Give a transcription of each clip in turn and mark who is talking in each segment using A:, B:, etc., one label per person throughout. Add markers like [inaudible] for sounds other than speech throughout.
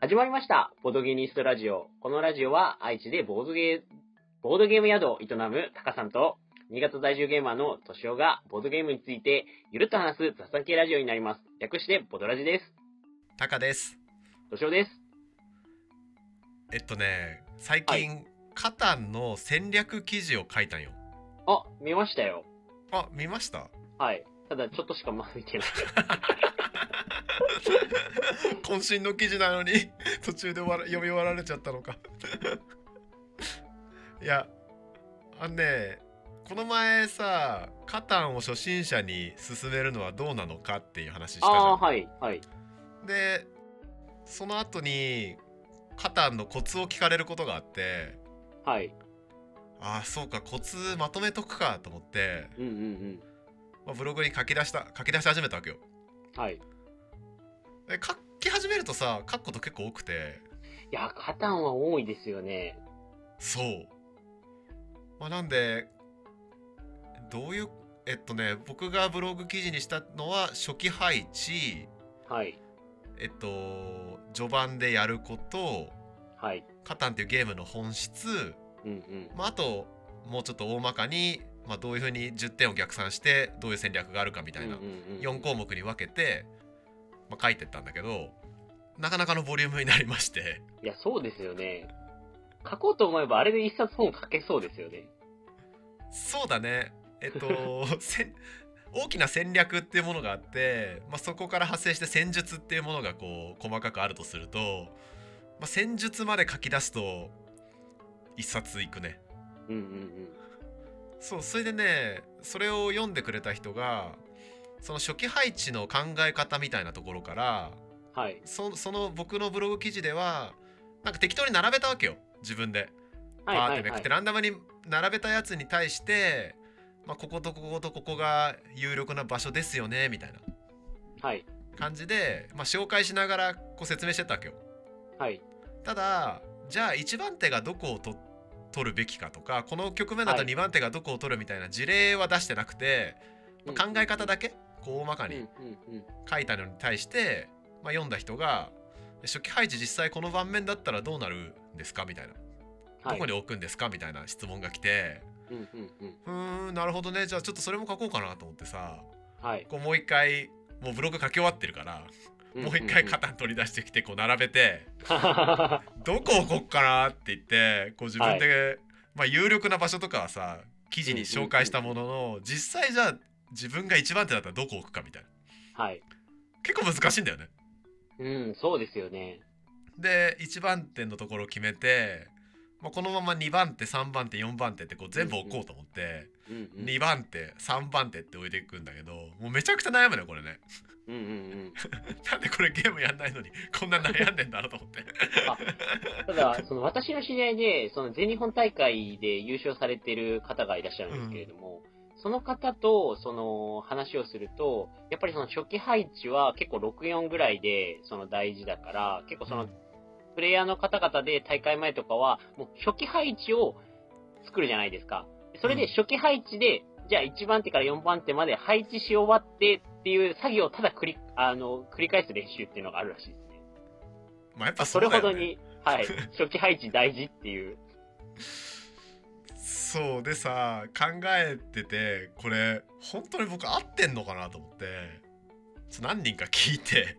A: 始まりました。ボードゲニストラジオ。このラジオは愛知でボードゲー、ボードゲーム宿を営むタカさんと、新潟在住ゲーマーのトシオがボードゲームについてゆるっと話す雑談系ラジオになります。略してボドラジです。
B: タカです。
A: トシオです。
B: えっとね、最近、カタンの戦略記事を書いたんよ。
A: あ、見ましたよ。
B: あ、見
A: [laughs]
B: ました。
A: はい。ただちょっとしかまだ見
B: [laughs]
A: てない。
B: 渾身の記事なのに [laughs] 途中で終わら読み終わられちゃったのか。 [laughs] いや、あのね、この前さ、カタンを初心者に勧めるのはどうなのかっていう話したじゃん。
A: ああー、はい、はい。
B: で、その後にカタンのコツを聞かれることがあって、
A: はい。
B: ああ、そうか、コツまとめとくかと思って。
A: うんうん
B: まあ、ブログに書き出した書き出し始めたわけよ
A: うん。はい。い
B: で書き始めるとさ書くこと結構多くて
A: や、カタンは多いですよね。
B: そうまあなんでどういうえっとね僕がブログ記事にしたのは初期配置
A: はい。
B: えっと序盤でやること
A: はい。
B: カタンっていうゲームの本質、
A: うんうん。
B: まあ、あともうちょっと大まかに、まあ、どういうふうに10点を逆算してどういう戦略があるかみたいな
A: うんうんうん
B: 4項目に分けて、まあ、書いてったんだけどなかなかのボリュームになりまして
A: いや、そうですよね。書こうと思えば、あれで一冊本書けそうですよね。
B: そうだねえっとせん大きな戦略っていうものがあって、まあ、そこから派生して戦術っていうものがこう細かくあるとすると、まあ、戦術まで書き出すと一冊いくね
A: うんうん
B: そうそれでねそれを読んでくれた人がその初期配置の考え方みたいなところから
A: うん。はい。
B: そその僕のブログ記事ではなんか適当に並べたわけよ自分で
A: は
B: バ
A: い
B: ーっ
A: は
B: て
A: い
B: め
A: は
B: くっ
A: い
B: て。ランダムに並べたやつに対して、まあ、こことこことここが有力な場所ですよねみたいな
A: はい。
B: 感じで、まあ、紹介しながらこう説明してったわけよ
A: はい。
B: ただじゃあ1番手がどこをと取るべきかとかこの局面だと
A: はい
B: 2番手がどこを取るみたいな事例は出してなくて、まあ考え方
A: だ
B: だけこう大まかに
A: うんうんうん。
B: 書いたのに対して、まあ、読んだ人が「初期配置実際この盤面だったらどうなるんですか?」みたいな「
A: は
B: ど
A: い
B: こ。に置くんですか?」みたいな質問が来て
A: うんうんうん。
B: 「うーんなるほどねじゃあちょっとそれも書こうかな」と思ってさ
A: はい。
B: こうもう一回もうブログ書き終わってるからもう一回
A: か。
B: 肩取り出してきてこう並べて
A: は。
B: 「どこ置こっかな?」って言ってこう自分で、まあ、有力な場所とかはさ記事に紹介したものの実際じゃあ自分が一番手だったらどこ置くかみたいない結構難しいんだよね。
A: うん、そうですよね。
B: で1番手のところを決めて、まあ、このまま2番手3番手4番手ってこう全部置こうと思って、
A: うんうん。
B: 2番手3番手って置いていくんだけどもうめちゃくちゃ悩むねこれね [laughs]
A: うんうんうん。
B: なんでこれゲームやんないのにこんな悩んでんだろうと思って [laughs]
A: ただ、その私の知り合いで、その全日本大会で優勝されてる方がいらっしゃるんですけれども、その方と、その話をすると、やっぱりその初期配置は結構64ぐらいで、その大事だから、結構そのプレイヤーの方々で大会前とかは、もう初期配置を作るじゃないですか。それで初期配置で、じゃあ1番手から4番手まで配置し終わってっていう作業をただ繰り、あの、繰り返す練習っていうのがあるらしいですね。
B: まあやっぱそ
A: そう
B: だ
A: れ
B: よ、ね、
A: ほどに、
B: [laughs]
A: はい、初期配置大事っていう。
B: そうでさ考えててこれ本当に僕合ってんのかなと思ってちょ何人か聞いて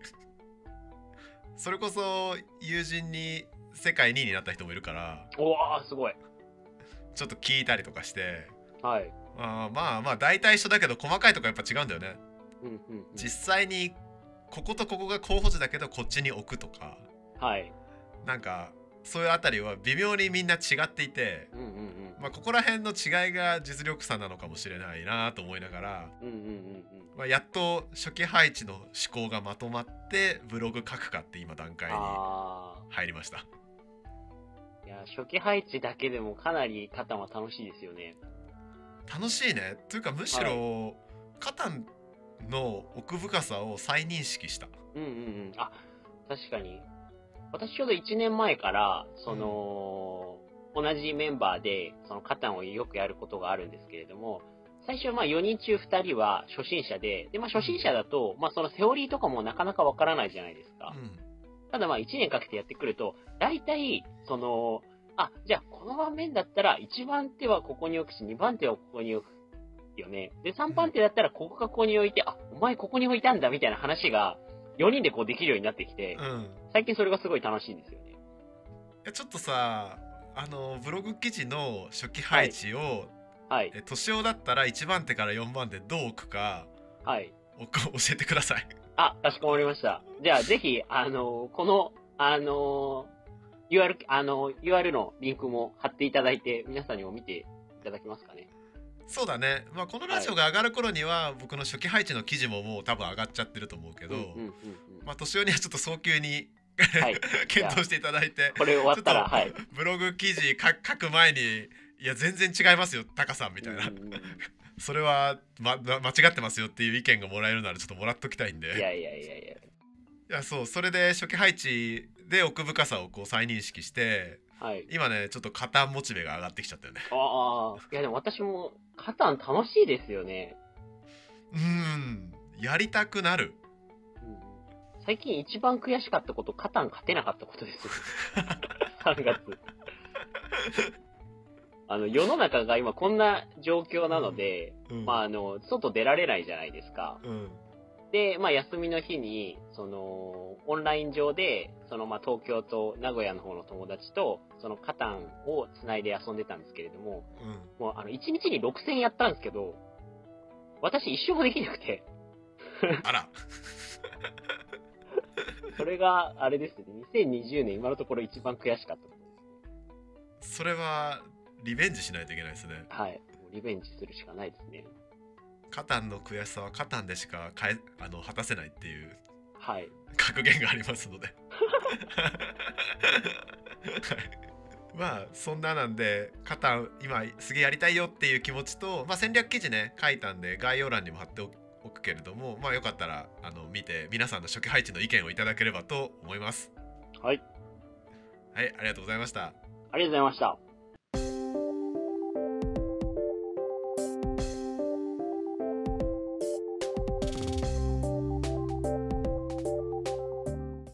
B: [laughs] それこそ友人に世界2位になった人もいるから
A: おわー、すごい。
B: ちょっと聞いたりとかして
A: はい。
B: あーまあまあ大体一緒だけど細かいとこやっぱ違うんだよね、
A: うんうんうん、
B: 実際にこことここが候補地だけどこっちに置くとか
A: はい。
B: なんかそういうあたりは微妙にみんな違っていて、
A: うんうん
B: まあ、ここら辺の違いが実力差なのかもしれないなと思いながら、
A: うん。うんうんうん
B: まあ、やっと初期配置の思考がまとまってブログ書くかって今段
A: う
B: 階
A: ん。
B: に
A: あ
B: 入りました
A: ー。いや、初期配置だけでもかなり肩は楽しいですよね。
B: 楽しいねというかむしろカタンの奥深さを再認識した
A: うんうんうん。あ、確かに。私ちょうど1年前から、その、同じメンバーで、その、カタンをよくやることがあるんですけれども、最初はまあ4人中2人は初心者で、で、まあ初心者だと、まあそのセオリーとかもなかなかわからないじゃないですか。
B: うん
A: ただまあ1年かけてやってくると、大体、その、あ、じゃあこの盤面だったら1番手はここに置くし、2番手はここに置くよね。で、3番手だったらここかここに置いて、あ、お前ここに置いたんだみたいな話が4人でこうできるようになってきて、
B: うん、い
A: 最近それがすごい楽しいんですよね。
B: やちょっとさあのブログ記事の初期配置を、
A: はい。
B: え年男だったら1番手から4番手どう置くか
A: はい。
B: お [laughs] 教えてください
A: あ、かしこまりました。じゃあ、ぜひ、あのーこの、あのー UR、あのー UR のリンクも貼っていただいて、皆さんにも見ていただけますかね。
B: そうだね、まあ、このラジオが上がる頃には、僕の初期配置の記事ももう多分上がっちゃってると思うけ
A: う
B: ど、
A: んうんうんうん。
B: まあ、年男にはちょっと早急に [laughs]
A: はい。
B: 検討していただいて
A: これ終わったら、
B: [laughs] ちょっと
A: はい。
B: ブログ記事か書く前にいや全然違いますよタカさんみたいな、
A: うんうんうん
B: それは、ま、 [laughs] ま間違ってますよっていう意見がもらえるならちょっともらっときたいんで
A: いやいやいやいや。
B: いやそうそれで初期配置で奥深さをこう再認識して [laughs]
A: はい。
B: 今ねちょっと肩モチベが上がってきちゃったよね
A: ああ、いやでも私も、カタン楽しいですよね。
B: うーんやりたくなる
A: うん最近一番悔しかったこと、カタン勝てなかったことです
B: [laughs]
A: よ。3月。あの、世の中が今こんな状況なので、
B: うん
A: まあ、あの、外出られないじゃないですか。
B: うん
A: で、まあ、休みの日に、その、オンライン上で、その、まあ、東京と名古屋の方の友達と、その、カタンを繋いで遊んでたんですけれども、
B: うん
A: もう、あの、1日に6戦やったんですけど、私一生もできなくて、
B: あら
A: それが、あれですね、2020年今のところ一番悔しかったことです。
B: それはリベンジしないといけないですね
A: はい。もうリベンジするしかないですね。
B: カタンの悔しさはカタンでしか変えあの果たせないっていう
A: はい。
B: 格言がありますのではいまあそんななんでカタン今すげえやりたいよっていう気持ちと、まあ、戦略記事ね書いたんで概要欄にも貼っておくけれどもまあよかったらあの見て皆さんの初期配置の意見をいただければと思います
A: はい。
B: はいありがとうございました
A: ありがとうございました。